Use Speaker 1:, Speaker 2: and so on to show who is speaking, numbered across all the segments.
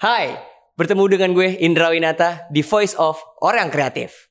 Speaker 1: Hai, bertemu dengan gue Indra Winata di Voice of Orang Kreatif.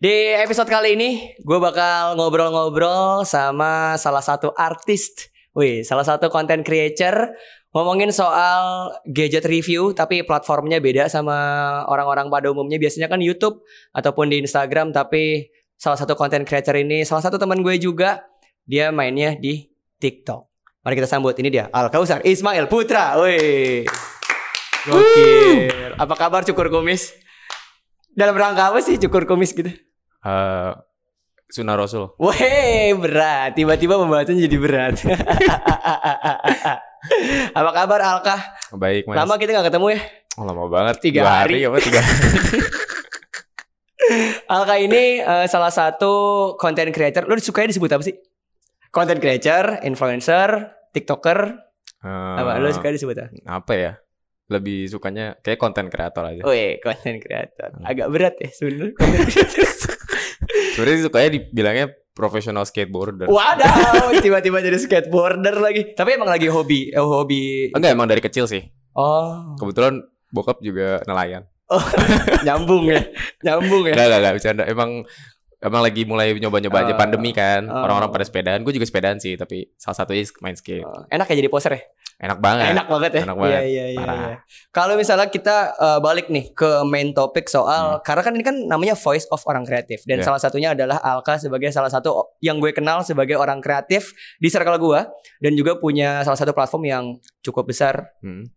Speaker 1: Di episode kali ini, gue bakal ngobrol-ngobrol sama salah satu artis, wih, salah satu content creator, ngomongin soal gadget review, tapi platformnya beda sama orang-orang pada umumnya. Biasanya kan YouTube ataupun di Instagram, tapi salah satu content creator ini, salah satu teman gue juga, dia mainnya di TikTok. Mari kita sambut, ini dia Al Kausar Ismail Putra, wih. Gokil. Apa kabar cukur kumis? Dalam rangka apa sih cukur kumis gitu?
Speaker 2: eh Sunnah Rasul.
Speaker 1: Weh berat, tiba-tiba pembahasannya jadi berat. apa kabar Alkah?
Speaker 2: Baik, Mas.
Speaker 1: Lama kita nggak ketemu ya.
Speaker 2: Oh, lama banget.
Speaker 1: Tiga
Speaker 2: Dua
Speaker 1: hari.
Speaker 2: apa tiga hari?
Speaker 1: Alkah ini eh, salah satu content creator. Lo sukanya disebut apa sih? Content creator, influencer, tiktoker,
Speaker 2: Eh,
Speaker 1: apa? Lo suka disebut apa?
Speaker 2: apa ya? Lebih sukanya kayak konten kreator aja.
Speaker 1: Weh, content creator. Agak berat ya sebenarnya. content creator.
Speaker 2: Sebenarnya sih sukanya dibilangnya
Speaker 1: Oh.
Speaker 2: profesional skateboarder.
Speaker 1: Wadaw, tiba-tiba jadi skateboarder lagi. Tapi emang lagi hobi, eh, hobi.
Speaker 2: Enggak, emang dari kecil sih.
Speaker 1: Oh,
Speaker 2: Kebetulan bokap juga nelayan.
Speaker 1: nyambung ya, nyambung ya.
Speaker 2: Enggak, enggak, enggak bercanda. Emang emang lagi mulai nyoba-nyoba aja
Speaker 1: Eh,
Speaker 2: pandemi kan.
Speaker 1: eh.
Speaker 2: Orang-orang pada sepedaan, gue juga sepedaan sih, tapi salah satunya main skate.
Speaker 1: Oh, Enak ya jadi poser ya?
Speaker 2: Enak banget.
Speaker 1: Enak banget ya.
Speaker 2: Enak banget.
Speaker 1: Iya, iya, iya,
Speaker 2: Parah.
Speaker 1: iya. Kalau misalnya kita eh, balik nih ke main topik soal karena kan ini kan namanya voice of orang kreatif dan
Speaker 2: Hmm. Iya.
Speaker 1: salah satunya adalah Alka sebagai salah satu o- yang gue kenal sebagai orang kreatif di circle gue dan juga punya salah satu platform yang cukup besar.
Speaker 2: Hmm.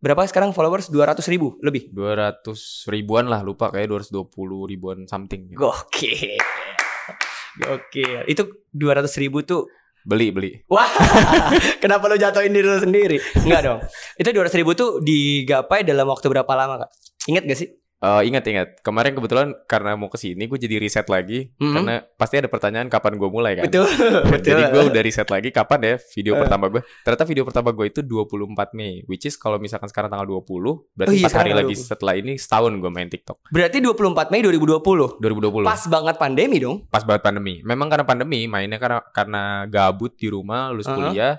Speaker 1: Berapa sekarang followers? 200 ribu lebih.
Speaker 2: 200 ribuan lah, lupa kayak 220 ribuan something. gitu.
Speaker 1: Gokil. Gokil. Itu 200 ribu tuh
Speaker 2: Beli, beli.
Speaker 1: Wah, kenapa lu jatuhin diri lu sendiri? Enggak dong. Itu 200 ribu tuh digapai dalam waktu berapa lama, Kak? Ingat gak sih?
Speaker 2: Eh ingat-ingat kemarin kebetulan karena mau kesini gue jadi riset lagi
Speaker 1: Mhm.
Speaker 2: karena pasti ada pertanyaan kapan gue mulai kan.
Speaker 1: Betul. betul.
Speaker 2: Jadi gue udah riset lagi kapan ya video
Speaker 1: Eh.
Speaker 2: pertama gue. Ternyata video pertama gue itu 24 Mei, which is kalau misalkan sekarang tanggal 20,
Speaker 1: Oh
Speaker 2: berarti
Speaker 1: iya,
Speaker 2: 4 hari
Speaker 1: sekarang
Speaker 2: lagi
Speaker 1: 20.
Speaker 2: setelah ini setahun gue main TikTok.
Speaker 1: Berarti 24 Mei 2020.
Speaker 2: 2020.
Speaker 1: Pas banget pandemi dong.
Speaker 2: Pas banget pandemi. Memang karena pandemi mainnya karena karena gabut di rumah, lulus
Speaker 1: Uh-huh.
Speaker 2: kuliah.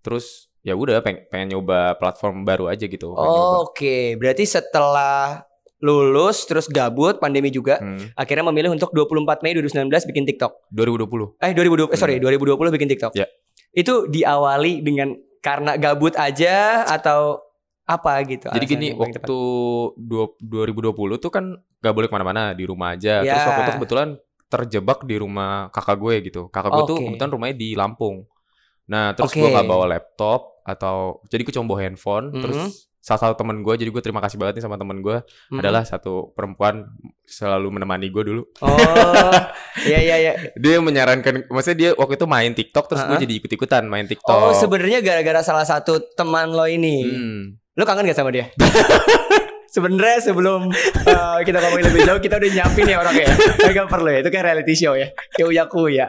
Speaker 2: Terus ya udah pengen, pengen nyoba platform baru aja
Speaker 1: Oh,
Speaker 2: gitu. pengen nyoba.
Speaker 1: Oke, berarti setelah lulus terus gabut pandemi juga
Speaker 2: Hmm,
Speaker 1: akhirnya memilih untuk 24 Mei 2019 bikin TikTok.
Speaker 2: 2020.
Speaker 1: Eh 2020 eh, sorry
Speaker 2: Iya.
Speaker 1: 2020 bikin TikTok.
Speaker 2: Ya.
Speaker 1: Itu diawali dengan karena gabut aja atau apa gitu?
Speaker 2: Jadi
Speaker 1: alasan
Speaker 2: gini,
Speaker 1: yang paling tepat?
Speaker 2: waktu dua- 2020 tuh kan gak boleh kemana-mana, di rumah aja.
Speaker 1: Ya.
Speaker 2: Terus waktu itu kebetulan terjebak di rumah kakak gue gitu. Kakak gue tuh
Speaker 1: Oke.
Speaker 2: kebetulan rumahnya di Lampung. Nah, terus
Speaker 1: Oke.
Speaker 2: gue gak bawa laptop atau jadi gue cuma bawa handphone.
Speaker 1: Mhm.
Speaker 2: Terus salah satu temen gue, jadi gue terima kasih banget nih sama temen gue.
Speaker 1: Mm.
Speaker 2: Adalah satu perempuan selalu menemani gue dulu.
Speaker 1: Oh, iya iya iya.
Speaker 2: Dia menyarankan, maksudnya dia waktu itu main TikTok, terus
Speaker 1: Uh-uh.
Speaker 2: gue jadi ikut-ikutan main
Speaker 1: Oh,
Speaker 2: TikTok.
Speaker 1: sebenarnya gara-gara salah satu teman lo ini.
Speaker 2: Hmm.
Speaker 1: Lo kangen gak sama dia? sebenarnya sebelum uh, kita ngomongin lebih jauh kita udah nyiapin ya orangnya. ya. Tapi gak perlu ya, itu kayak reality show ya. Ya uya kuya.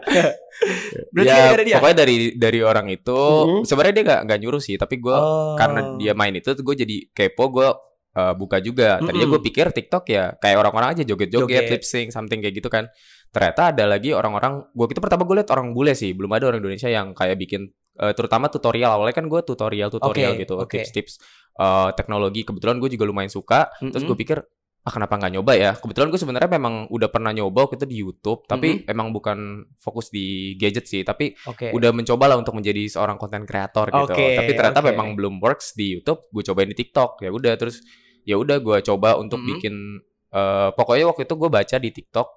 Speaker 1: Berarti
Speaker 2: ya,
Speaker 1: gara-gara dia.
Speaker 2: pokoknya dari dari orang itu
Speaker 1: Mhm.
Speaker 2: sebenarnya dia gak, gak nyuruh sih, tapi gue
Speaker 1: Oh.
Speaker 2: karena dia main itu gue jadi kepo gue uh, buka juga tadinya
Speaker 1: Mm-mm.
Speaker 2: gue pikir TikTok ya kayak orang-orang aja
Speaker 1: Joget.
Speaker 2: joget-joget lip sync something kayak gitu kan ternyata ada lagi orang-orang gue itu pertama gue liat orang bule sih belum ada orang Indonesia yang kayak bikin uh, terutama tutorial awalnya kan gue tutorial tutorial
Speaker 1: Oke,
Speaker 2: gitu
Speaker 1: oke.
Speaker 2: tips-tips uh, teknologi kebetulan gue juga lumayan suka terus gue
Speaker 1: Mm-mm.
Speaker 2: pikir ah kenapa nggak nyoba ya kebetulan gue sebenarnya memang udah pernah nyoba waktu itu di YouTube tapi emang bukan fokus di gadget sih tapi
Speaker 1: Oke.
Speaker 2: udah mencoba lah untuk menjadi seorang konten kreator gitu.
Speaker 1: Oke,
Speaker 2: Tapi ternyata
Speaker 1: oke.
Speaker 2: memang belum works di YouTube. Gue cobain di TikTok. Ya udah terus ya udah gue coba untuk
Speaker 1: Mhm.
Speaker 2: bikin. eh, pokoknya waktu itu gue baca di TikTok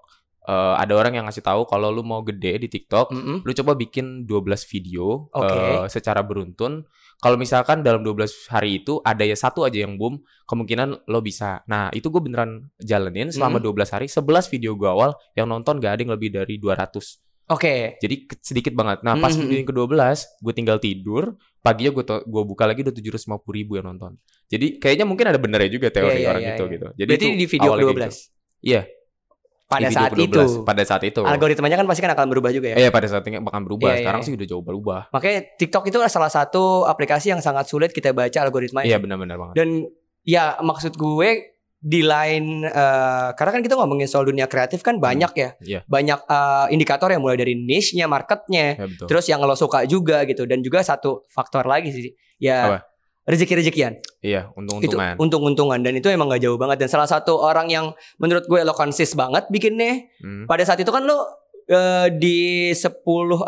Speaker 2: eh, ada orang yang ngasih tahu kalau lu mau gede di TikTok,
Speaker 1: Mm-mm.
Speaker 2: lu coba bikin 12 video
Speaker 1: Oke.
Speaker 2: eh, secara beruntun. Kalau misalkan dalam 12 hari itu ada ya satu aja yang boom, kemungkinan lo bisa. Nah, itu gue beneran jalanin selama 12 hari, 11 video gue awal yang nonton gak ada yang lebih dari 200.
Speaker 1: Oke.
Speaker 2: Jadi ke- sedikit banget. Nah, pas
Speaker 1: Mhm.
Speaker 2: video yang ke-12, gue tinggal tidur, paginya gue gue buka lagi udah 750 ribu yang nonton. Jadi kayaknya mungkin ada benernya juga
Speaker 1: Iya,
Speaker 2: teori
Speaker 1: iya,
Speaker 2: orang
Speaker 1: iya,
Speaker 2: itu
Speaker 1: iya.
Speaker 2: gitu. Jadi
Speaker 1: Berarti
Speaker 2: itu
Speaker 1: di video
Speaker 2: awalnya kayak
Speaker 1: 12.
Speaker 2: gitu. Iya.
Speaker 1: Pada
Speaker 2: Di video
Speaker 1: saat itu.
Speaker 2: ke-12, Pada saat itu.
Speaker 1: Algoritmanya kan pasti kan akan berubah juga ya.
Speaker 2: Iya, pada saat itu bahkan berubah.
Speaker 1: Iya, iya,
Speaker 2: Sekarang
Speaker 1: iya.
Speaker 2: sih udah jauh berubah.
Speaker 1: Makanya TikTok itu salah satu aplikasi yang sangat sulit kita baca algoritmanya.
Speaker 2: Iya, benar-benar banget.
Speaker 1: Dan ya maksud gue di lain eh, karena kan kita ngomongin soal dunia kreatif kan banyak ya.
Speaker 2: Iya.
Speaker 1: Banyak eh, indikator yang mulai dari niche-nya, marketnya,
Speaker 2: Ya, betul.
Speaker 1: Eh, terus yang lo suka juga gitu dan juga satu faktor lagi sih ya
Speaker 2: Apa?
Speaker 1: rezeki-rezekian.
Speaker 2: Iya, untung-untungan.
Speaker 1: Itu untung-untungan dan itu emang gak jauh banget dan salah satu orang yang menurut gue lo konsis banget bikinnya.
Speaker 2: Hmm.
Speaker 1: Pada saat itu kan lo eh, di 10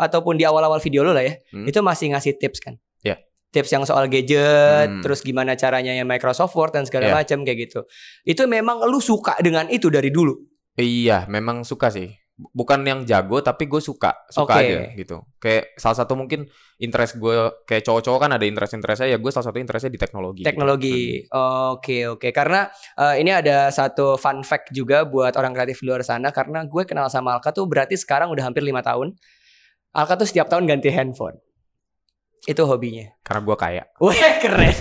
Speaker 1: ataupun di awal-awal video lo lah ya.
Speaker 2: Hmm.
Speaker 1: Itu masih ngasih tips kan?
Speaker 2: Iya.
Speaker 1: Tips yang soal gadget,
Speaker 2: Hmm.
Speaker 1: terus gimana caranya yang Microsoft Word dan segala
Speaker 2: Iya.
Speaker 1: macam kayak gitu. Itu memang lu suka dengan itu dari dulu.
Speaker 2: Iya, memang suka sih. Bukan yang jago, tapi gue suka,
Speaker 1: Oke.
Speaker 2: suka aja gitu. Kayak salah satu mungkin interest gue kayak cowok-cowok kan ada interest-interestnya ya gue salah satu interestnya di teknologi. gitu.
Speaker 1: Teknologi.
Speaker 2: Hmm.
Speaker 1: Oke, oke. Karena eh, ini ada satu fun fact juga buat orang kreatif di luar sana karena gue kenal sama Alka tuh berarti sekarang udah hampir lima tahun. Alka tuh setiap tahun ganti handphone. Itu hobinya.
Speaker 2: Hmm. Karena gue kaya.
Speaker 1: Wah, keren.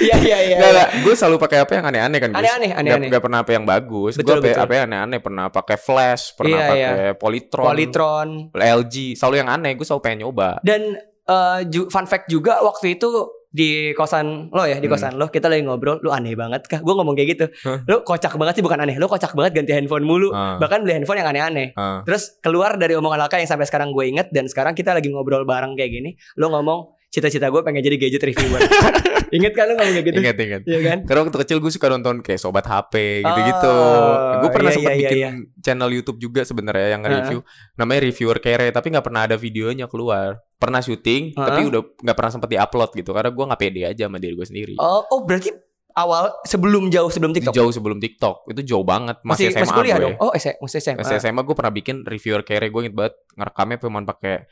Speaker 1: Iya, iya, iya.
Speaker 2: Enggak, enggak. Gue selalu pakai apa yang aneh-aneh kan, Gus.
Speaker 1: Aneh-aneh, aneh-aneh.
Speaker 2: Gak, pernah apa yang bagus. Gue
Speaker 1: Betul,
Speaker 2: pakai
Speaker 1: betul.
Speaker 2: apa yang aneh-aneh. Pernah pakai flash, pernah
Speaker 1: Iya,
Speaker 2: pakai Polytron,
Speaker 1: Polytron.
Speaker 2: LG. Selalu yang aneh. Gue selalu pengen nyoba.
Speaker 1: Dan eh, ju- fun fact juga waktu itu di kosan lo ya di
Speaker 2: Hmm.
Speaker 1: kosan lo kita lagi ngobrol lu aneh banget kah gue ngomong kayak gitu
Speaker 2: Hah?
Speaker 1: lu kocak banget sih bukan aneh lu kocak banget ganti handphone mulu
Speaker 2: Ah,
Speaker 1: bahkan beli handphone yang aneh-aneh
Speaker 2: ah.
Speaker 1: terus keluar dari omongan Laka yang sampai sekarang gue inget dan sekarang kita lagi ngobrol bareng kayak gini lu ngomong cita-cita gue pengen jadi gadget reviewer inget kan lu ngomong kayak gitu
Speaker 2: Ingat, ingat.
Speaker 1: Iya kan
Speaker 2: Karena waktu kecil gue suka nonton kayak Sobat HP gitu-gitu.
Speaker 1: Oh,
Speaker 2: gue pernah
Speaker 1: iya,
Speaker 2: sempet
Speaker 1: iya,
Speaker 2: bikin
Speaker 1: iya.
Speaker 2: channel YouTube juga sebenarnya yang review. Namanya Reviewer Kere, tapi nggak pernah ada videonya keluar. Pernah syuting,
Speaker 1: Heeh.
Speaker 2: tapi udah nggak pernah sempet diupload gitu. Karena gue nggak pede aja sama diri gue sendiri.
Speaker 1: oh, oh berarti awal sebelum jauh sebelum
Speaker 2: Itu
Speaker 1: TikTok
Speaker 2: Jauh sebelum TikTok, itu jauh banget. Masih, SMA
Speaker 1: masih kuliah
Speaker 2: gue.
Speaker 1: dong oh S- masih SMA
Speaker 2: Pas SMA gue pernah bikin reviewer kere gue inget banget ngerekamnya cuman pakai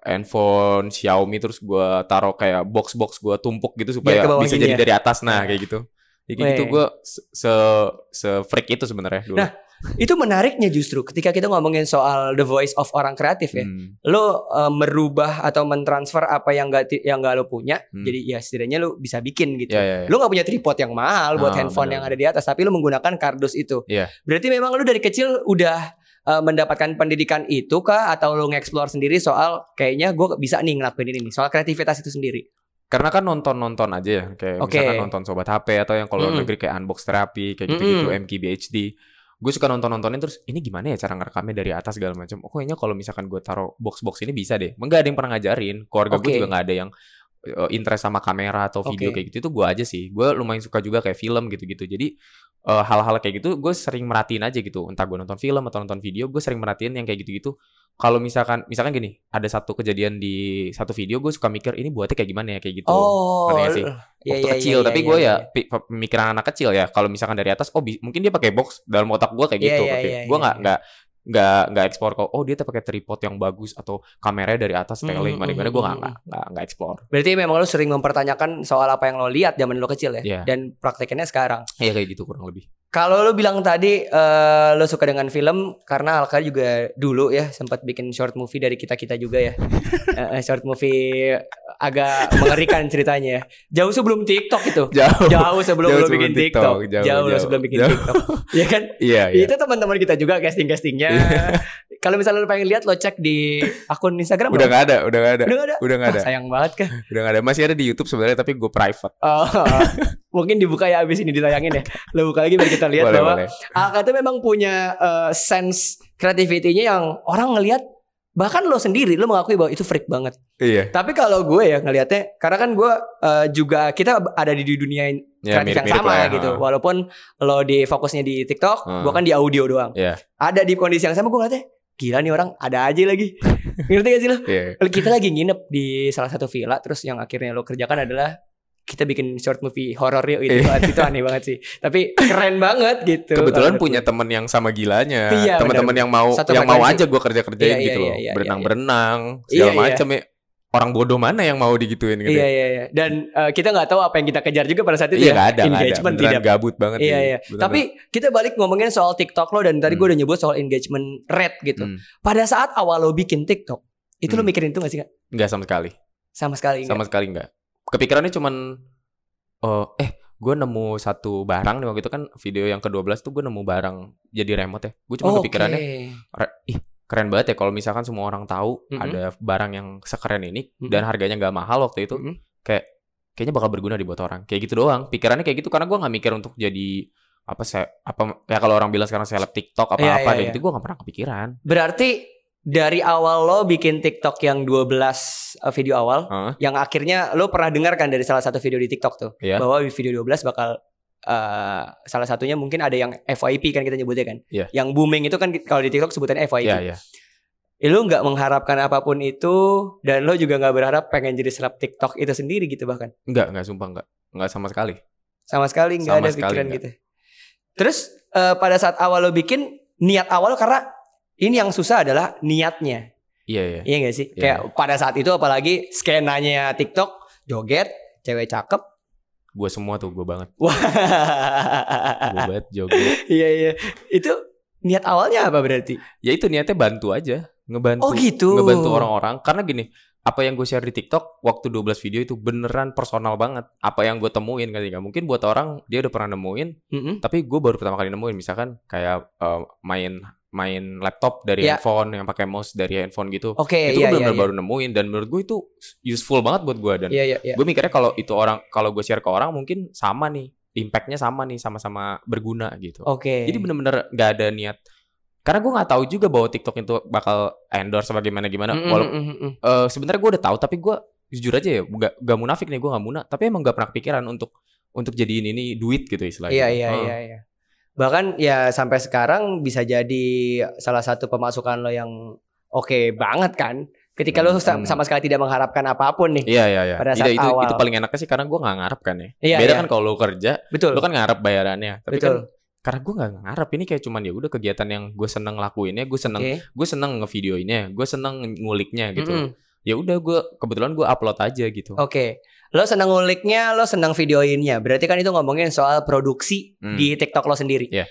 Speaker 2: handphone Xiaomi terus gue taruh kayak box box gue tumpuk gitu supaya
Speaker 1: ke bawah
Speaker 2: bisa
Speaker 1: gini
Speaker 2: jadi
Speaker 1: ya?
Speaker 2: dari atas nah kayak gitu jadi kayak
Speaker 1: Weh.
Speaker 2: gitu gue se se freak itu sebenarnya dulu
Speaker 1: Nah, itu menariknya justru ketika kita ngomongin soal the voice of orang kreatif ya
Speaker 2: Hmm.
Speaker 1: lo eh, merubah atau mentransfer apa yang gak yang gak lo punya
Speaker 2: Hmm.
Speaker 1: jadi ya setidaknya lo bisa bikin gitu
Speaker 2: ya ya, ya.
Speaker 1: lo gak punya tripod yang mahal buat
Speaker 2: Ah,
Speaker 1: handphone
Speaker 2: benar.
Speaker 1: yang ada di atas tapi lo menggunakan kardus itu
Speaker 2: Iya.
Speaker 1: berarti memang lo dari kecil udah eh, mendapatkan pendidikan itu kah atau lo nge-explore sendiri soal kayaknya gue bisa nih ngelakuin ini nih soal kreativitas itu sendiri
Speaker 2: karena kan nonton nonton aja ya kayak
Speaker 1: Oke.
Speaker 2: misalkan nonton sobat HP atau yang kalau luar
Speaker 1: Mm-mm.
Speaker 2: negeri kayak unbox terapi kayak gitu gitu
Speaker 1: Mm-mm.
Speaker 2: MKBHD gue suka nonton nontonin terus ini gimana ya cara ngerekamnya dari atas segala macam oh kayaknya kalau misalkan gue taruh box box ini bisa deh enggak ada yang pernah ngajarin keluarga
Speaker 1: Oke.
Speaker 2: gue juga nggak ada yang eh, interest sama kamera atau video
Speaker 1: Oke.
Speaker 2: kayak gitu itu gue aja sih gue lumayan suka juga kayak film gitu gitu jadi eh, hal-hal kayak gitu gue sering merhatiin aja gitu entah gue nonton film atau nonton video gue sering merhatiin yang kayak gitu gitu kalau misalkan misalkan gini ada satu kejadian di satu video gue suka mikir ini buatnya kayak gimana ya kayak gitu
Speaker 1: oh
Speaker 2: ngerti gak sih?
Speaker 1: iya,
Speaker 2: waktu
Speaker 1: iya,
Speaker 2: kecil
Speaker 1: iya,
Speaker 2: tapi
Speaker 1: iya,
Speaker 2: gue
Speaker 1: iya.
Speaker 2: ya pi- pe- pemikiran anak kecil ya kalau misalkan dari atas oh bi- mungkin dia pakai box dalam otak gue kayak
Speaker 1: Iya,
Speaker 2: gitu
Speaker 1: iya,
Speaker 2: oke.
Speaker 1: iya,
Speaker 2: gue
Speaker 1: iya,
Speaker 2: nggak
Speaker 1: iya.
Speaker 2: nggak nggak nggak ekspor kok oh dia tuh pakai tripod yang bagus atau kameranya dari atas
Speaker 1: Mm,
Speaker 2: teling mana
Speaker 1: mm,
Speaker 2: gimana gue nggak
Speaker 1: mm,
Speaker 2: nggak nggak nggak ekspor
Speaker 1: berarti memang lo sering mempertanyakan soal apa yang lo lihat zaman lo kecil ya
Speaker 2: Iya.
Speaker 1: dan praktekinnya sekarang
Speaker 2: ya kayak gitu kurang lebih
Speaker 1: Kalau lu bilang tadi eh, lu suka dengan film karena Alka juga dulu ya sempat bikin short movie dari kita-kita juga ya. Eh, eh, short movie agak mengerikan ceritanya ya. Jauh sebelum TikTok itu.
Speaker 2: jauh
Speaker 1: Jauh sebelum
Speaker 2: Jauh
Speaker 1: lu bikin
Speaker 2: sebelum
Speaker 1: TikTok.
Speaker 2: TikTok,
Speaker 1: Jauh,
Speaker 2: jauh,
Speaker 1: lu
Speaker 2: jauh,
Speaker 1: sebelum bikin
Speaker 2: jauh.
Speaker 1: TikTok. Iya kan?
Speaker 2: iya iya
Speaker 1: Itu teman-teman kita juga casting-castingnya. Kalau misalnya lu pengen lihat lo cek di akun Instagram. lo.
Speaker 2: udah nggak ada udah nggak ada
Speaker 1: Udah nggak ada.
Speaker 2: udah nggak ada
Speaker 1: Ah, sayang banget kah?
Speaker 2: udah nggak ada masih ada di YouTube sebenarnya tapi gue private
Speaker 1: Oh, mungkin dibuka ya abis ini ditayangin ya. Lo buka lagi biar kita lihat
Speaker 2: boleh
Speaker 1: bahwa
Speaker 2: boleh
Speaker 1: Alka itu memang punya eh, sense creativity-nya yang orang ngelihat bahkan lo sendiri lo mengakui bahwa itu freak banget.
Speaker 2: iya
Speaker 1: Tapi kalau gue ya ngelihatnya karena kan gue eh, juga kita ada di dunia yang
Speaker 2: ya
Speaker 1: kreatif
Speaker 2: mirip
Speaker 1: yang
Speaker 2: mirip
Speaker 1: sama
Speaker 2: lah ya.
Speaker 1: gitu. Walaupun lo di fokusnya di TikTok,
Speaker 2: Hmm.
Speaker 1: gue kan di audio doang.
Speaker 2: Iya.
Speaker 1: Ada di kondisi yang sama gue ngeliatnya gila nih orang ada aja lagi. Ngerti gak sih lo?
Speaker 2: Iya.
Speaker 1: Kita lagi nginep di salah satu villa terus yang akhirnya lo kerjakan adalah kita bikin short movie horor yuk itu, itu aneh banget sih. Tapi keren banget gitu.
Speaker 2: Iya. kebetulan
Speaker 1: Menurut
Speaker 2: punya
Speaker 1: gue.
Speaker 2: temen yang sama gilanya
Speaker 1: Iya,
Speaker 2: teman-teman yang mau
Speaker 1: Satu
Speaker 2: yang mau
Speaker 1: frekuensi.
Speaker 2: aja gue kerja kerjain
Speaker 1: Iya, iya,
Speaker 2: gitu loh
Speaker 1: iya, iya,
Speaker 2: berenang
Speaker 1: iya.
Speaker 2: berenang
Speaker 1: Iya,
Speaker 2: segala
Speaker 1: iya.
Speaker 2: macam ya orang bodoh mana yang mau digituin gitu
Speaker 1: Iya iya iya. Dan eh, kita nggak tahu apa yang kita kejar juga pada saat itu
Speaker 2: iya
Speaker 1: ya.
Speaker 2: nggak ada nggak ada
Speaker 1: engagement
Speaker 2: Beneran
Speaker 1: tidak.
Speaker 2: gabut banget
Speaker 1: Iya
Speaker 2: sih.
Speaker 1: iya.
Speaker 2: Beneran.
Speaker 1: Tapi kita balik ngomongin soal TikTok lo dan tadi gue
Speaker 2: Hmm.
Speaker 1: udah nyebut soal engagement rate gitu.
Speaker 2: Hmm.
Speaker 1: Pada saat awal lo bikin TikTok, itu lo
Speaker 2: Hmm.
Speaker 1: mikirin itu gak sih Kak?
Speaker 2: nggak sama sekali
Speaker 1: Sama sekali enggak.
Speaker 2: sama sekali nggak kepikirannya cuman oh eh gue nemu satu barang nih waktu itu kan video yang ke-12 tuh gue nemu barang jadi remote ya gue
Speaker 1: Oh,
Speaker 2: cuma kepikirannya Re- ih keren banget ya kalau misalkan semua orang tahu
Speaker 1: Mhm.
Speaker 2: ada barang yang sekeren ini
Speaker 1: Mhm.
Speaker 2: dan harganya nggak mahal waktu itu
Speaker 1: Mhm.
Speaker 2: kayak kayaknya bakal berguna di buat orang kayak gitu doang pikirannya kayak gitu karena gua nggak mikir untuk jadi apa saya apa ya kalau orang bilang sekarang seleb TikTok apa apa
Speaker 1: Iya, iya,
Speaker 2: kayak
Speaker 1: iya.
Speaker 2: gitu gua nggak pernah kepikiran
Speaker 1: Berarti dari awal lo bikin TikTok yang 12 eh, video awal,
Speaker 2: Heeh.
Speaker 1: yang akhirnya lo pernah dengar kan dari salah satu video di TikTok tuh,
Speaker 2: Iya.
Speaker 1: bahwa video 12 bakal eh, salah satunya mungkin ada yang FYP kan kita nyebutnya kan.
Speaker 2: Iya.
Speaker 1: Yang booming itu kan kalau di TikTok sebutan FYP.
Speaker 2: Iya iya
Speaker 1: Eh, Lo nggak mengharapkan apapun itu dan lo juga nggak berharap pengen jadi seleb TikTok itu sendiri gitu bahkan.
Speaker 2: nggak nggak sumpah nggak nggak sama sekali
Speaker 1: Sama sekali nggak
Speaker 2: Sama
Speaker 1: ada
Speaker 2: sekali
Speaker 1: pikiran
Speaker 2: nggak.
Speaker 1: gitu. Terus eh, pada saat awal lo bikin niat awal karena ini yang susah adalah niatnya.
Speaker 2: iya iya
Speaker 1: Iya gak sih?
Speaker 2: Iya.
Speaker 1: Kayak pada saat itu apalagi skenanya TikTok, joget, cewek cakep.
Speaker 2: gua semua tuh gua banget
Speaker 1: Wah. Ah,
Speaker 2: gua banget jogo
Speaker 1: Iya iya. Itu niat awalnya apa berarti?
Speaker 2: ya itu niatnya bantu aja ngebantu
Speaker 1: Oh gitu.
Speaker 2: ngebantu orang-orang karena gini apa yang gue share di TikTok waktu 12 video itu beneran personal banget apa yang gue temuin kan nggak mungkin buat orang dia udah pernah nemuin
Speaker 1: Mm-mm.
Speaker 2: tapi gue baru pertama kali nemuin misalkan kayak eh, main main laptop dari
Speaker 1: Ya.
Speaker 2: handphone yang pakai mouse dari handphone gitu
Speaker 1: Oke,
Speaker 2: itu
Speaker 1: iya
Speaker 2: gue
Speaker 1: iya.
Speaker 2: bener baru nemuin dan menurut gue itu useful banget buat gue dan
Speaker 1: Iya iya iya.
Speaker 2: gue mikirnya kalau itu orang kalau gue share ke orang mungkin sama nih impactnya sama nih sama-sama berguna gitu
Speaker 1: Oke.
Speaker 2: jadi bener-bener gak ada niat. Karena gue nggak tahu juga bahwa TikTok itu bakal endorse apa gimana gimana.
Speaker 1: Mm-mm,
Speaker 2: Walaupun
Speaker 1: mm-mm, mm-mm.
Speaker 2: eh, sebenarnya gue udah tahu, tapi gue jujur aja ya, gak, gak munafik nih gue gak muna. Tapi emang gak pernah kepikiran untuk untuk jadiin ini duit gitu istilahnya.
Speaker 1: Iya iya
Speaker 2: Heeh.
Speaker 1: iya iya. Bahkan ya sampai sekarang bisa jadi salah satu pemasukan lo yang oke banget kan? Ketika lo sa-
Speaker 2: Mm-mm.
Speaker 1: sama sekali tidak mengharapkan apapun nih.
Speaker 2: Iya iya iya.
Speaker 1: Pada
Speaker 2: Itu,
Speaker 1: saat
Speaker 2: itu,
Speaker 1: awal.
Speaker 2: itu paling enaknya sih karena gue gak ngarep kan ya.
Speaker 1: Iya,
Speaker 2: Beda
Speaker 1: iya.
Speaker 2: kan kalau lo kerja,
Speaker 1: Betul.
Speaker 2: lo kan ngarep bayarannya. Tapi
Speaker 1: Betul.
Speaker 2: kan karena gue gak ngarep ini kayak cuman ya udah kegiatan yang gue seneng lakuinnya, gue seneng
Speaker 1: Oke.
Speaker 2: gue seneng ngevideoinnya, gue seneng nguliknya gitu.
Speaker 1: Iya. Mm-mm. Oh,
Speaker 2: Ya udah gue kebetulan gue upload aja gitu.
Speaker 1: Oke, lo senang nguliknya, lo senang videoinnya. Berarti kan itu ngomongin soal produksi
Speaker 2: Hmm.
Speaker 1: di TikTok lo sendiri.
Speaker 2: Iya.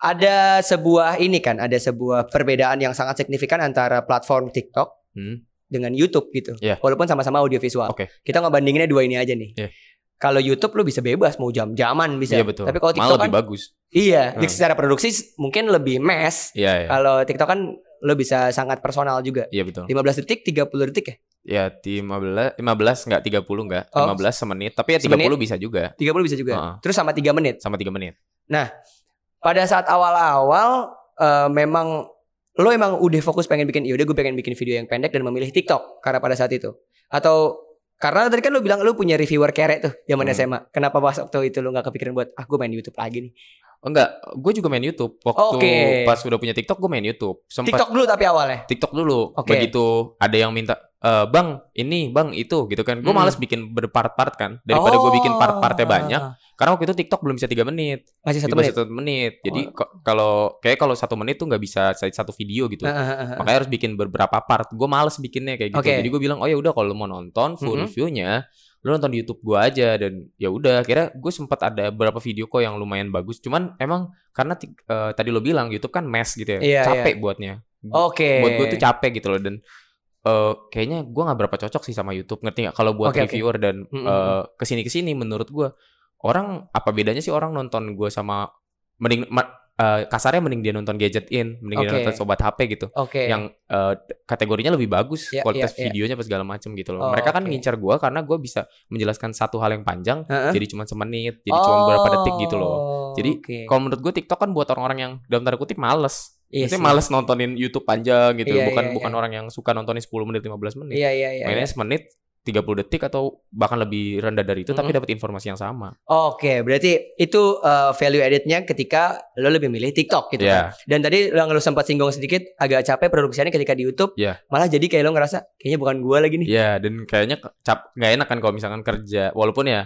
Speaker 1: Ada sebuah ini kan, ada sebuah perbedaan yang sangat signifikan antara platform TikTok
Speaker 2: Hmm.
Speaker 1: dengan YouTube gitu.
Speaker 2: Iya.
Speaker 1: Walaupun sama-sama audiovisual.
Speaker 2: Oke.
Speaker 1: Kita ngebandinginnya dua ini aja nih.
Speaker 2: Iya.
Speaker 1: Kalau YouTube lo bisa bebas mau jam-jaman bisa.
Speaker 2: Iya betul.
Speaker 1: Tapi kalau
Speaker 2: Malah
Speaker 1: TikTok kan
Speaker 2: lebih bagus.
Speaker 1: iya,
Speaker 2: Hmm.
Speaker 1: secara produksi mungkin lebih mass.
Speaker 2: Iya iya.
Speaker 1: Kalau TikTok kan lo bisa sangat personal juga.
Speaker 2: Iya betul.
Speaker 1: 15 detik, 30 detik ya?
Speaker 2: Ya di 15 15 enggak 30 enggak.
Speaker 1: Oh.
Speaker 2: 15 semenit, tapi ya
Speaker 1: Semenit?
Speaker 2: 30 bisa juga
Speaker 1: 30 bisa juga.
Speaker 2: Heeh.
Speaker 1: Terus sama 3 menit.
Speaker 2: sama 3 menit.
Speaker 1: pada saat awal-awal eh, memang lo emang udah fokus pengen bikin yaudah gue pengen bikin video yang pendek dan memilih TikTok karena pada saat itu atau karena tadi kan lo bilang lo punya reviewer kere tuh zaman
Speaker 2: Hmm.
Speaker 1: SMA kenapa pas waktu itu lo nggak kepikiran buat ah gue main YouTube lagi nih
Speaker 2: Oh, enggak, gue juga main YouTube. Waktu
Speaker 1: Oke.
Speaker 2: pas udah punya TikTok gue main YouTube. Sempat TikTok,
Speaker 1: TikTok dulu tapi awalnya
Speaker 2: dulu.
Speaker 1: Oke.
Speaker 2: Begitu ada yang minta "Eh, Bang, ini, Bang, itu gitu kan. Gue
Speaker 1: Hmm.
Speaker 2: males bikin berpart-part kan. Daripada gue bikin part-partnya banyak. Karena waktu itu TikTok belum bisa 3 menit.
Speaker 1: masih satu
Speaker 2: Cuma
Speaker 1: menit
Speaker 2: satu menit. Jadi
Speaker 1: Oh.
Speaker 2: ko- kalau kayak kalau satu menit tuh nggak bisa satu video gitu.
Speaker 1: Ah, ah, ah, ah.
Speaker 2: makanya harus bikin beberapa part gue males bikinnya kayak gitu
Speaker 1: Oke.
Speaker 2: jadi gue bilang oh ya udah kalau lu mau nonton full
Speaker 1: Mhm.
Speaker 2: reviewnya lu nonton di YouTube gue aja dan ya udah kira gue sempat ada beberapa video kok yang lumayan bagus cuman emang karena ti- eh, tadi lo bilang YouTube kan mes gitu ya
Speaker 1: Iya,
Speaker 2: capek buatnya
Speaker 1: oke
Speaker 2: buat gue tuh capek gitu loh dan eh, kayaknya gue nggak berapa cocok sih sama YouTube ngerti nggak kalau buat
Speaker 1: Oke, oke.
Speaker 2: reviewer dan
Speaker 1: Mm-mm.
Speaker 2: eh, kesini kesini menurut gue orang apa bedanya sih orang nonton gue sama mending ma- eh, kasarnya mending dia nonton gadget in mending dia
Speaker 1: Oke.
Speaker 2: nonton sobat HP gitu
Speaker 1: oke
Speaker 2: yang eh, kategorinya lebih bagus
Speaker 1: Ya,
Speaker 2: kualitas
Speaker 1: ya, ya.
Speaker 2: videonya apa segala macem gitu loh.
Speaker 1: Oh,
Speaker 2: Mereka kan
Speaker 1: oke.
Speaker 2: ngincar gua karena gua bisa menjelaskan satu hal yang panjang
Speaker 1: Heeh. Oh,
Speaker 2: jadi cuma semenit, jadi cuma beberapa detik gitu loh. Jadi,
Speaker 1: oke.
Speaker 2: Kalau menurut gue TikTok kan buat orang-orang yang dalam tanda kutip males.
Speaker 1: Iya
Speaker 2: Maksudnya
Speaker 1: sih.
Speaker 2: males nontonin YouTube panjang gitu,
Speaker 1: Iya,
Speaker 2: bukan
Speaker 1: iya,
Speaker 2: bukan
Speaker 1: iya.
Speaker 2: orang yang suka nontonin 10 menit, 15 menit.
Speaker 1: iya iya iya
Speaker 2: Mainnya semenit, 30 detik atau bahkan lebih rendah dari itu tapi
Speaker 1: Mm-mm.
Speaker 2: dapat informasi yang sama.
Speaker 1: Oke, berarti itu uh, value addednya ketika lo lebih milih TikTok gitu kan.
Speaker 2: Iya.
Speaker 1: Dan tadi yang lo sempat singgung sedikit agak capek produksinya ketika di YouTube.
Speaker 2: Iya.
Speaker 1: Malah jadi kayak lo ngerasa kayaknya bukan gua lagi nih.
Speaker 2: Iya, dan kayaknya ke- cap nggak enak kan kalau misalkan kerja. Walaupun ya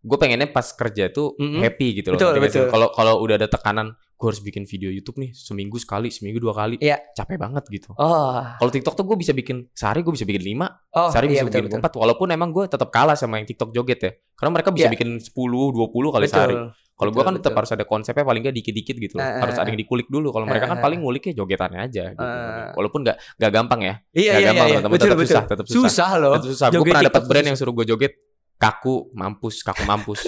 Speaker 2: gue pengennya pas kerja tuh
Speaker 1: Mm-mm.
Speaker 2: happy gitu loh.
Speaker 1: Betul,
Speaker 2: Ngerti nggak sih?
Speaker 1: betul.
Speaker 2: Kalau kalau udah ada tekanan, gue harus bikin video YouTube nih seminggu sekali, seminggu dua kali.
Speaker 1: Iya.
Speaker 2: Capek banget gitu.
Speaker 1: Oh,
Speaker 2: Kalau TikTok tuh gue bisa bikin sehari gue bisa bikin lima,
Speaker 1: oh
Speaker 2: sehari
Speaker 1: iya betul
Speaker 2: bisa bikin
Speaker 1: betul.
Speaker 2: empat. Walaupun emang gue tetap kalah sama yang TikTok joget ya. Karena mereka bisa
Speaker 1: Iya.
Speaker 2: bikin 10, 20
Speaker 1: Betul.
Speaker 2: kali
Speaker 1: Iya,
Speaker 2: sehari. Kalau gue
Speaker 1: Betul,
Speaker 2: kan tetap
Speaker 1: betul.
Speaker 2: harus ada konsepnya paling gak dikit-dikit gitu loh.
Speaker 1: Ah, ah,
Speaker 2: harus ada yang dikulik dulu. Kalau mereka
Speaker 1: Ah,
Speaker 2: kan
Speaker 1: ah,
Speaker 2: paling nguliknya jogetannya aja gitu.
Speaker 1: Ah.
Speaker 2: Walaupun gak, nggak gampang ya.
Speaker 1: Iya
Speaker 2: Nggak
Speaker 1: iya iya,
Speaker 2: gampang,
Speaker 1: iya.
Speaker 2: teman-teman.
Speaker 1: Betul
Speaker 2: Tetap
Speaker 1: betul.
Speaker 2: susah, tetap susah.
Speaker 1: loh.
Speaker 2: Itu susah. Gue
Speaker 1: Joget
Speaker 2: pernah
Speaker 1: TikTok
Speaker 2: dapat
Speaker 1: tuh
Speaker 2: brand
Speaker 1: susah.
Speaker 2: yang suruh gue joget kaku mampus, kaku mampus.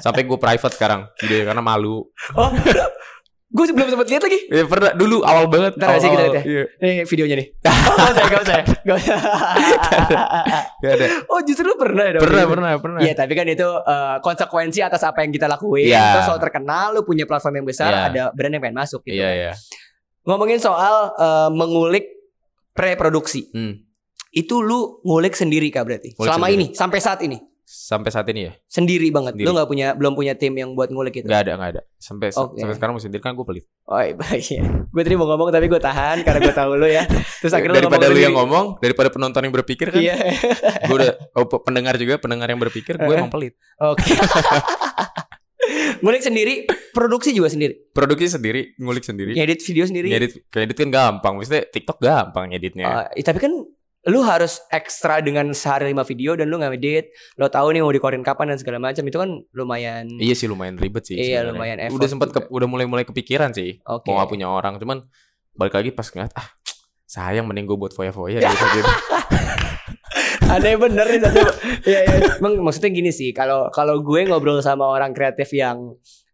Speaker 2: Sampai gue private sekarang videonya karena malu.
Speaker 1: Oh, Gue belum sempet lihat lagi.
Speaker 2: Ya pernah dulu awal banget.
Speaker 1: Ntar sih kita
Speaker 2: awal-awal.
Speaker 1: lihat ya.
Speaker 2: Iya.
Speaker 1: Nih videonya nih. Gak usah, gak usah. Gak usah.
Speaker 2: Gak ada.
Speaker 1: oh justru lu pernah ya?
Speaker 2: Pernah, pernah, pernah.
Speaker 1: Iya tapi kan itu eh, konsekuensi atas apa yang kita lakuin.
Speaker 2: Iya.
Speaker 1: Terus lo terkenal, lu punya platform yang besar,
Speaker 2: Iya.
Speaker 1: ada brand yang pengen masuk gitu.
Speaker 2: Iya, iya.
Speaker 1: Ngomongin soal eh, mengulik pre-produksi.
Speaker 2: Hmm.
Speaker 1: Itu lu ngulik sendiri kah berarti?
Speaker 2: Ngulik
Speaker 1: Selama
Speaker 2: sendiri.
Speaker 1: ini, sampai saat ini?
Speaker 2: Sampai saat ini ya?
Speaker 1: Sendiri banget.
Speaker 2: Sendiri.
Speaker 1: Lu nggak punya belum punya tim yang buat ngulik itu.
Speaker 2: Gak ada, gak ada. Sampai
Speaker 1: Oke.
Speaker 2: sampai sekarang masih sendiri kan gue pelit.
Speaker 1: Oh iya, iya. Gue tadi mau ngomong tapi gue tahan karena gue tahu lu ya. Terus akhirnya
Speaker 2: Iya. daripada lu yang
Speaker 1: sendiri.
Speaker 2: ngomong, daripada penonton yang berpikir kan,
Speaker 1: Iya.
Speaker 2: gue udah oh, pe- pendengar juga, pendengar yang berpikir
Speaker 1: Eh,
Speaker 2: gue emang pelit.
Speaker 1: Oke. ngulik sendiri, produksi juga sendiri.
Speaker 2: Produksi sendiri, ngulik sendiri.
Speaker 1: Ngedit video sendiri.
Speaker 2: Ngedit, ya. ngedit kan gampang. Maksudnya TikTok gampang ngeditnya.
Speaker 1: Eh, tapi kan lu harus ekstra dengan sehari lima video dan lu nggak edit lo tahu nih mau dikeluarin kapan dan segala macam itu kan lumayan
Speaker 2: iya sih lumayan ribet sih.
Speaker 1: Iya,
Speaker 2: sebenarnya.
Speaker 1: lumayan effort
Speaker 2: Udah sempat ke- udah mulai-mulai kepikiran sih.
Speaker 1: oke
Speaker 2: Mau gak punya orang, cuman balik lagi pas ngeliat ah sayang mending gue buat foya-foya gitu. gitu.
Speaker 1: aneh bener nih satu ya, ya. Emang maksudnya gini sih kalau kalau gue ngobrol sama orang kreatif yang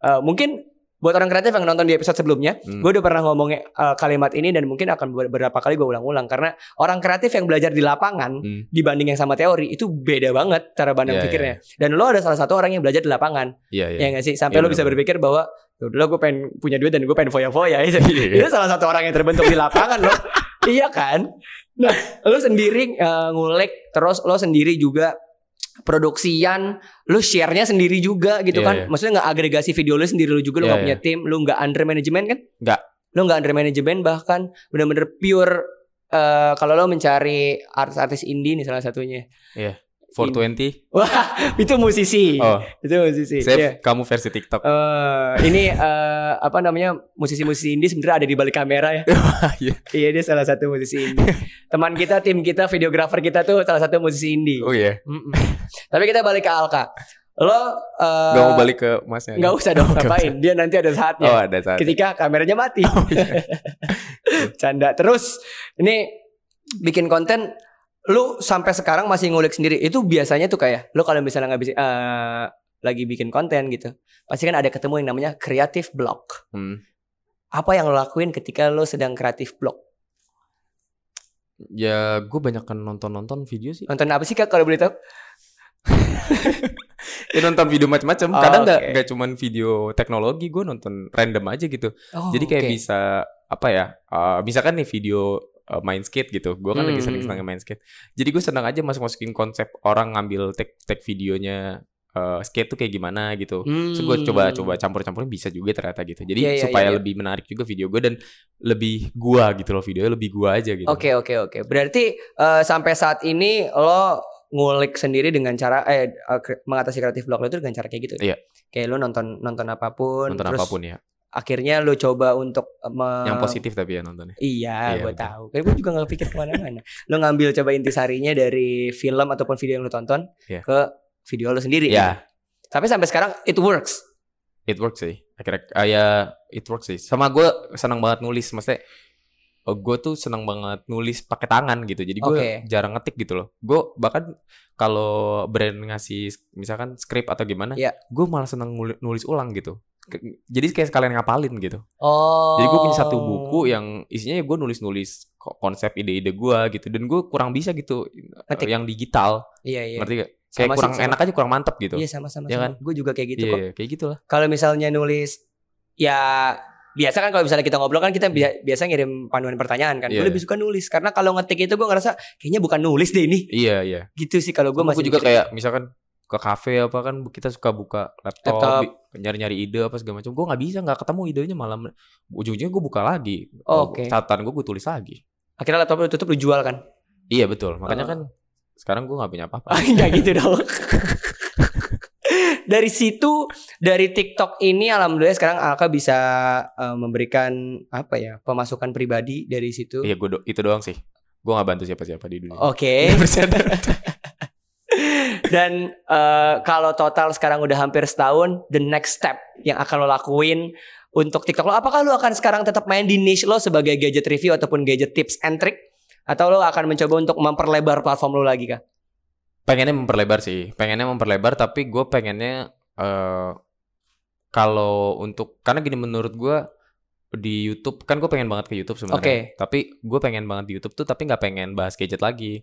Speaker 1: eh, mungkin buat orang kreatif yang nonton di episode sebelumnya
Speaker 2: Hmm.
Speaker 1: gue udah pernah ngomong kalimat ini dan mungkin akan ber- beberapa kali gue ulang-ulang karena orang kreatif yang belajar di lapangan
Speaker 2: Hmm.
Speaker 1: dibanding yang sama teori itu beda banget cara pandang
Speaker 2: Iya, iya.
Speaker 1: pikirnya dan lo ada salah satu orang yang belajar di lapangan
Speaker 2: Iya, iya.
Speaker 1: ya nggak sih sampai
Speaker 2: Iya,
Speaker 1: lo bisa
Speaker 2: benar-benar.
Speaker 1: berpikir bahwa udah gue pengen punya duit dan gue pengen foya-foya gitu. itu
Speaker 2: Iya,
Speaker 1: itu salah satu orang yang terbentuk di lapangan lo iya kan nah lo sendiri eh, ngulik terus lo sendiri juga produksian lo share-nya sendiri juga gitu
Speaker 2: Iya,
Speaker 1: kan
Speaker 2: iya.
Speaker 1: maksudnya nggak agregasi video lo sendiri lo juga lo
Speaker 2: Iya,
Speaker 1: nggak
Speaker 2: iya.
Speaker 1: punya tim lo nggak under management kan
Speaker 2: Nggak.
Speaker 1: lo nggak under management bahkan bener-bener pure eh, kalau lo mencari artis-artis indie nih salah satunya
Speaker 2: 420.
Speaker 1: wah itu musisi
Speaker 2: Oh,
Speaker 1: itu musisi
Speaker 2: saya
Speaker 1: iya.
Speaker 2: kamu versi TikTok.
Speaker 1: Eh, ini eh, apa namanya musisi-musisi indie sebenarnya ada di balik kamera ya.
Speaker 2: Iya.
Speaker 1: iya dia salah satu musisi indie. Teman kita, tim kita, videografer kita tuh salah satu musisi indie.
Speaker 2: Oh iya.
Speaker 1: Mm-mm. Tapi kita balik ke Alka. Lo eh,
Speaker 2: Gak mau balik ke masnya.
Speaker 1: nggak usah dong
Speaker 2: Nggak
Speaker 1: ngapain. Dia nanti ada Oh, iya. saatnya.
Speaker 2: Oh, ada saat.
Speaker 1: Ketika kameranya mati. Canda terus. Ini bikin konten lu sampai sekarang masih ngulik sendiri itu biasanya tuh kayak lu kalau misalnya nggak bisa eh, lagi bikin konten gitu pasti kan ada ketemu yang namanya creative block
Speaker 2: Hmm.
Speaker 1: apa yang lo lakuin ketika lo sedang kreatif blog?
Speaker 2: Ya, gue banyak kan nonton-nonton video sih.
Speaker 1: Nonton apa sih kak kalau boleh tahu?
Speaker 2: Ya, nonton video macam-macam.
Speaker 1: Oh,
Speaker 2: Kadang nggak
Speaker 1: oke.
Speaker 2: nggak cuman video teknologi, gue nonton random aja gitu. Jadi
Speaker 1: Oh, oke.
Speaker 2: kayak bisa apa ya? eh, misalkan nih video eh, main skate gitu. Gue kan lagi
Speaker 1: Hmm,
Speaker 2: sering
Speaker 1: hmm.
Speaker 2: senang main skate. Jadi gue senang aja masuk-masukin konsep orang ngambil tag tag videonya eh, skate tuh kayak gimana gitu.
Speaker 1: Hmm.
Speaker 2: Terus gue coba-coba campur-campurin bisa juga ternyata gitu. Jadi
Speaker 1: Iya, iya,
Speaker 2: supaya
Speaker 1: iya, iya.
Speaker 2: lebih menarik juga video gue dan lebih gua gitu loh videonya lebih gua aja gitu.
Speaker 1: Oke oke oke. Berarti eh, sampai saat ini lo ngulik sendiri dengan cara eh eh, kre- mengatasi kreatif blog lo itu dengan cara kayak gitu. ya?
Speaker 2: Iya.
Speaker 1: Kayak lo nonton nonton apapun,
Speaker 2: Nonton
Speaker 1: terus
Speaker 2: apapun ya.
Speaker 1: akhirnya lo coba untuk eh, me-
Speaker 2: Yang positif tapi ya nontonnya.
Speaker 1: Iya,
Speaker 2: Iya,
Speaker 1: gue
Speaker 2: betul.
Speaker 1: tahu. Kayak gue juga nggak pikir kemana-mana. lo ngambil coba intisarinya dari film ataupun video yang lo tonton
Speaker 2: Iya.
Speaker 1: ke video lo sendiri. gitu.
Speaker 2: Ya,
Speaker 1: Tapi sampai sekarang it works.
Speaker 2: it works sih. Akhirnya ah, ya it works sih. Sama gue senang banget nulis maksudnya gue tuh senang banget nulis pakai tangan gitu. Jadi gue
Speaker 1: Oke.
Speaker 2: jarang ngetik gitu loh. Gue bahkan kalau brand ngasih misalkan script atau gimana,
Speaker 1: Iya.
Speaker 2: gue malah senang ngul- nulis ulang gitu. Ke- Jadi kayak sekalian ngapalin gitu.
Speaker 1: Oh.
Speaker 2: Jadi gue punya satu buku yang isinya ya gue nulis-nulis ko- konsep ide-ide gue gitu dan gue kurang bisa gitu eh,
Speaker 1: Ngetik.
Speaker 2: yang digital,
Speaker 1: Iya iya.
Speaker 2: ngerti gak? Kayak
Speaker 1: Sama sih,
Speaker 2: kurang
Speaker 1: sama.
Speaker 2: enak aja kurang mantep gitu.
Speaker 1: Iya sama-sama.
Speaker 2: Iya
Speaker 1: sama.
Speaker 2: kan?
Speaker 1: Gue juga kayak gitu
Speaker 2: Iya,
Speaker 1: kok.
Speaker 2: iya, kayak gitulah.
Speaker 1: Kalau misalnya nulis, ya biasa kan kalau misalnya kita ngobrol kan kita bi- biasa ngirim panduan pertanyaan kan.
Speaker 2: Hmm. Iya.
Speaker 1: Gue lebih suka nulis karena kalau ngetik itu gue ngerasa kayaknya bukan nulis deh ini.
Speaker 2: Iya iya.
Speaker 1: Gitu sih kalau gue
Speaker 2: Gue
Speaker 1: masih
Speaker 2: juga
Speaker 1: mikir.
Speaker 2: kayak misalkan ke kafe apa kan kita suka buka laptop,
Speaker 1: Laptop.
Speaker 2: bi- nyari-nyari ide apa segala macam. Gue nggak bisa nggak ketemu idenya malam ujung-ujungnya gue buka lagi.
Speaker 1: Oh, oke.
Speaker 2: Catatan gue gue tulis lagi.
Speaker 1: akhirnya laptop lu tutup lu jual kan.
Speaker 2: Iya betul.
Speaker 1: Oh.
Speaker 2: Makanya kan sekarang gue nggak punya apa-apa.
Speaker 1: Enggak gitu dong. dari situ dari TikTok ini alhamdulillah sekarang Alka bisa eh, memberikan apa ya pemasukan pribadi dari situ.
Speaker 2: Iya gue itu doang sih. Gue nggak bantu siapa-siapa di dunia.
Speaker 1: Oke.
Speaker 2: Iya, Bercanda.
Speaker 1: Dan eh, kalau total sekarang udah hampir setahun, the next step yang akan lo lakuin untuk TikTok lo, apakah lo akan sekarang tetap main di niche lo sebagai gadget review ataupun gadget tips and trick? Atau lo akan mencoba untuk memperlebar platform lo lagi kah?
Speaker 2: pengennya memperlebar sih pengennya memperlebar tapi gue pengennya eh kalau untuk karena gini menurut gue di YouTube kan gue pengen banget ke YouTube sebenarnya. Tapi gue pengen banget di YouTube tuh tapi nggak pengen bahas gadget lagi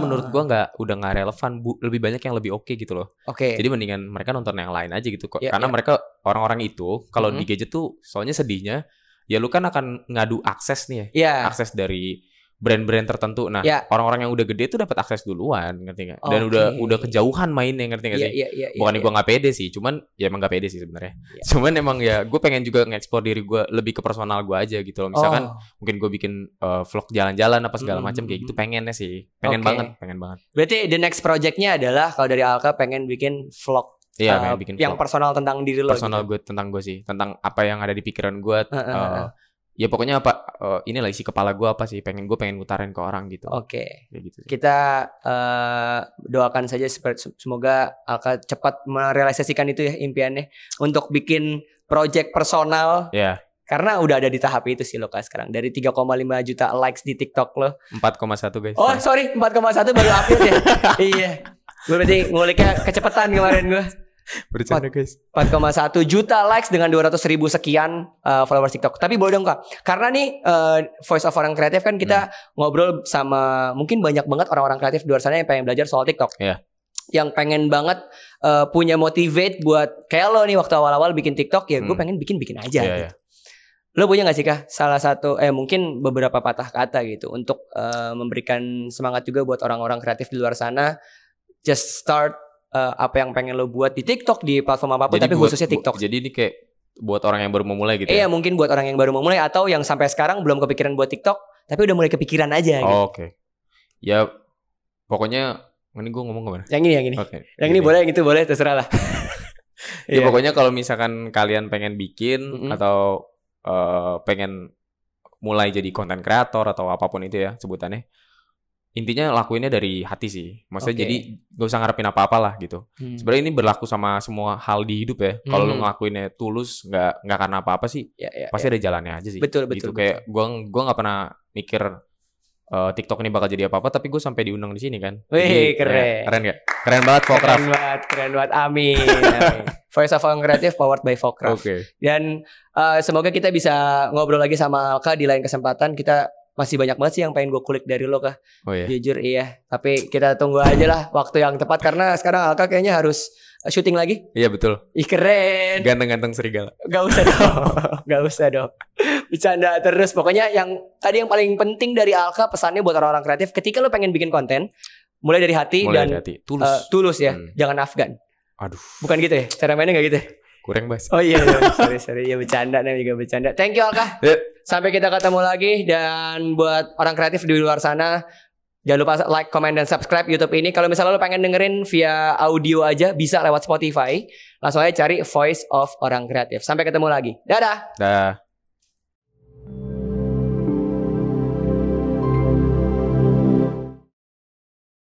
Speaker 1: Oh.
Speaker 2: menurut gua nggak udah nggak relevan bu lebih banyak yang lebih oke gitu loh
Speaker 1: Oke.
Speaker 2: jadi mendingan mereka nonton yang lain aja gitu kok
Speaker 1: Ya,
Speaker 2: karena
Speaker 1: ya.
Speaker 2: mereka orang-orang itu kalau di
Speaker 1: Mhm.
Speaker 2: gadget tuh soalnya sedihnya ya lu kan akan ngadu akses nih ya
Speaker 1: Iya.
Speaker 2: akses dari brand-brand tertentu nah
Speaker 1: Ya.
Speaker 2: orang-orang yang udah gede tuh dapat akses duluan ngerti nggak dan
Speaker 1: Oke.
Speaker 2: udah udah kejauhan mainnya ngerti nggak
Speaker 1: Iya
Speaker 2: sih
Speaker 1: iya iya.
Speaker 2: Bukan gue nggak pede sih, cuman ya emang nggak pede sih sebenarnya.
Speaker 1: Ya.
Speaker 2: Cuman emang ya gue pengen juga ngeksplor diri gue lebih ke personal gue aja gitu loh.
Speaker 1: Oh.
Speaker 2: Misalkan mungkin gue bikin eh, vlog jalan-jalan apa segala
Speaker 1: Mm,
Speaker 2: macam kayak gitu
Speaker 1: mm,
Speaker 2: pengennya sih pengen
Speaker 1: Oke.
Speaker 2: banget pengen banget
Speaker 1: Berarti the next projectnya adalah kalau dari Alka pengen bikin vlog
Speaker 2: iya
Speaker 1: uh,
Speaker 2: pengen bikin
Speaker 1: yang
Speaker 2: vlog
Speaker 1: personal tentang diri lo.
Speaker 2: personal
Speaker 1: gitu.
Speaker 2: gue tentang gue sih tentang apa yang ada di pikiran gue
Speaker 1: Heeh, heeh,
Speaker 2: eh,
Speaker 1: heeh.
Speaker 2: ya pokoknya apa eh, inilah isi kepala gue apa sih pengen gue pengen ngutarin ke orang gitu
Speaker 1: Oke.
Speaker 2: kayak gitu sih.
Speaker 1: Kita eh, doakan saja seper- semoga Alka cepat merealisasikan itu ya impiannya untuk bikin project personal
Speaker 2: ya
Speaker 1: karena udah ada di tahap itu sih lo Kak, sekarang dari 3,5 juta likes di TikTok lo.
Speaker 2: 4,1 guys
Speaker 1: Oh, sorry 4,1 baru upload ya. iya. Gue berarti nguliknya kecepatan kemarin gue.
Speaker 2: bercanda guys
Speaker 1: 4,1 juta likes dengan 200 ribu sekian uh, followers TikTok. Tapi boleh dong kak, karena nih uh, voice of orang kreatif kan kita
Speaker 2: Hmm.
Speaker 1: ngobrol sama mungkin banyak banget orang-orang kreatif di luar sana yang pengen belajar soal TikTok.
Speaker 2: Iya.
Speaker 1: Yang pengen banget uh, punya motivate buat kayak lo nih waktu awal-awal bikin TikTok ya gue
Speaker 2: Hmm.
Speaker 1: pengen bikin-bikin aja.
Speaker 2: iya
Speaker 1: gitu.
Speaker 2: iya
Speaker 1: Lo punya gak sih kak salah satu eh mungkin beberapa patah kata gitu untuk uh, memberikan semangat juga buat orang-orang kreatif di luar sana. Just start uh, apa yang pengen lo buat di TikTok di platform apapun tapi
Speaker 2: buat-
Speaker 1: khususnya
Speaker 2: bu-
Speaker 1: TikTok.
Speaker 2: jadi ini kayak buat orang yang baru memulai gitu
Speaker 1: Iya
Speaker 2: ya
Speaker 1: mungkin buat orang yang baru mau mulai atau yang sampai sekarang belum kepikiran buat TikTok tapi udah mulai kepikiran aja gitu.
Speaker 2: Oh, oke ya pokoknya ini gue ngomong kemana
Speaker 1: Yang ini yang ini.
Speaker 2: oke Iya,
Speaker 1: Yang ini
Speaker 2: Gini.
Speaker 1: boleh, yang itu boleh terserah lah.
Speaker 2: Ya
Speaker 1: Iya.
Speaker 2: pokoknya kalau misalkan kalian pengen bikin
Speaker 1: Mm-mm.
Speaker 2: atau eh, pengen mulai jadi konten kreator atau apapun itu ya sebutannya. Intinya lakuinnya dari hati sih. Maksudnya
Speaker 1: Oke.
Speaker 2: jadi gak usah ngarepin apa-apalah gitu.
Speaker 1: Hmm.
Speaker 2: Sebenarnya ini berlaku sama semua hal di hidup ya. Kalau lu
Speaker 1: Mhm.
Speaker 2: ngelakuinnya tulus, nggak nggak karena apa-apa sih,
Speaker 1: Ya, ya,
Speaker 2: pasti
Speaker 1: ya.
Speaker 2: ada jalannya aja sih.
Speaker 1: Betul,
Speaker 2: Gitu.
Speaker 1: betul,
Speaker 2: Kayak gua gua nggak pernah mikir eh, TikTok ini bakal jadi apa-apa, tapi gue sampai diundang di sini kan.
Speaker 1: Wih,
Speaker 2: Jadi,
Speaker 1: keren.
Speaker 2: ya, keren gak? Keren banget Fokraf.
Speaker 1: Keren banget, keren banget. Amin. amin. Voice of Orang Kreatif powered by
Speaker 2: Oke.
Speaker 1: Fokraft. Dan eh, semoga kita bisa ngobrol lagi sama Alka di lain kesempatan. Kita masih banyak banget sih yang pengen gue kulik dari lo kah?
Speaker 2: Oh iya.
Speaker 1: Jujur iya. Tapi kita tunggu aja lah waktu yang tepat karena sekarang Alka kayaknya harus eh, syuting lagi.
Speaker 2: Iya betul.
Speaker 1: Ih keren.
Speaker 2: Ganteng-ganteng serigala.
Speaker 1: Gak usah dong, gak usah dong. Bercanda terus. Pokoknya yang tadi yang paling penting dari Alka pesannya buat orang-orang kreatif, ketika lo pengen bikin konten, mulai dari hati dan
Speaker 2: mulai dari
Speaker 1: eh,
Speaker 2: hati
Speaker 1: tulus,
Speaker 2: tulus
Speaker 1: ya,
Speaker 2: Hmm.
Speaker 1: jangan Afgan.
Speaker 2: aduh
Speaker 1: Bukan gitu ya, cara mainnya gak gitu. ya?
Speaker 2: kurang bahas
Speaker 1: Oh iya, iya, sorry sorry, ya bercanda namanya juga bercanda. Thank you Alka.
Speaker 2: Ya.
Speaker 1: Sampai kita ketemu lagi dan buat orang kreatif di luar sana. Jangan lupa like, comment, dan subscribe YouTube ini. Kalau misalnya lo pengen dengerin via audio aja, bisa lewat Spotify. Langsung aja cari Voice of Orang Kreatif. Sampai ketemu lagi. Dadah!
Speaker 2: dah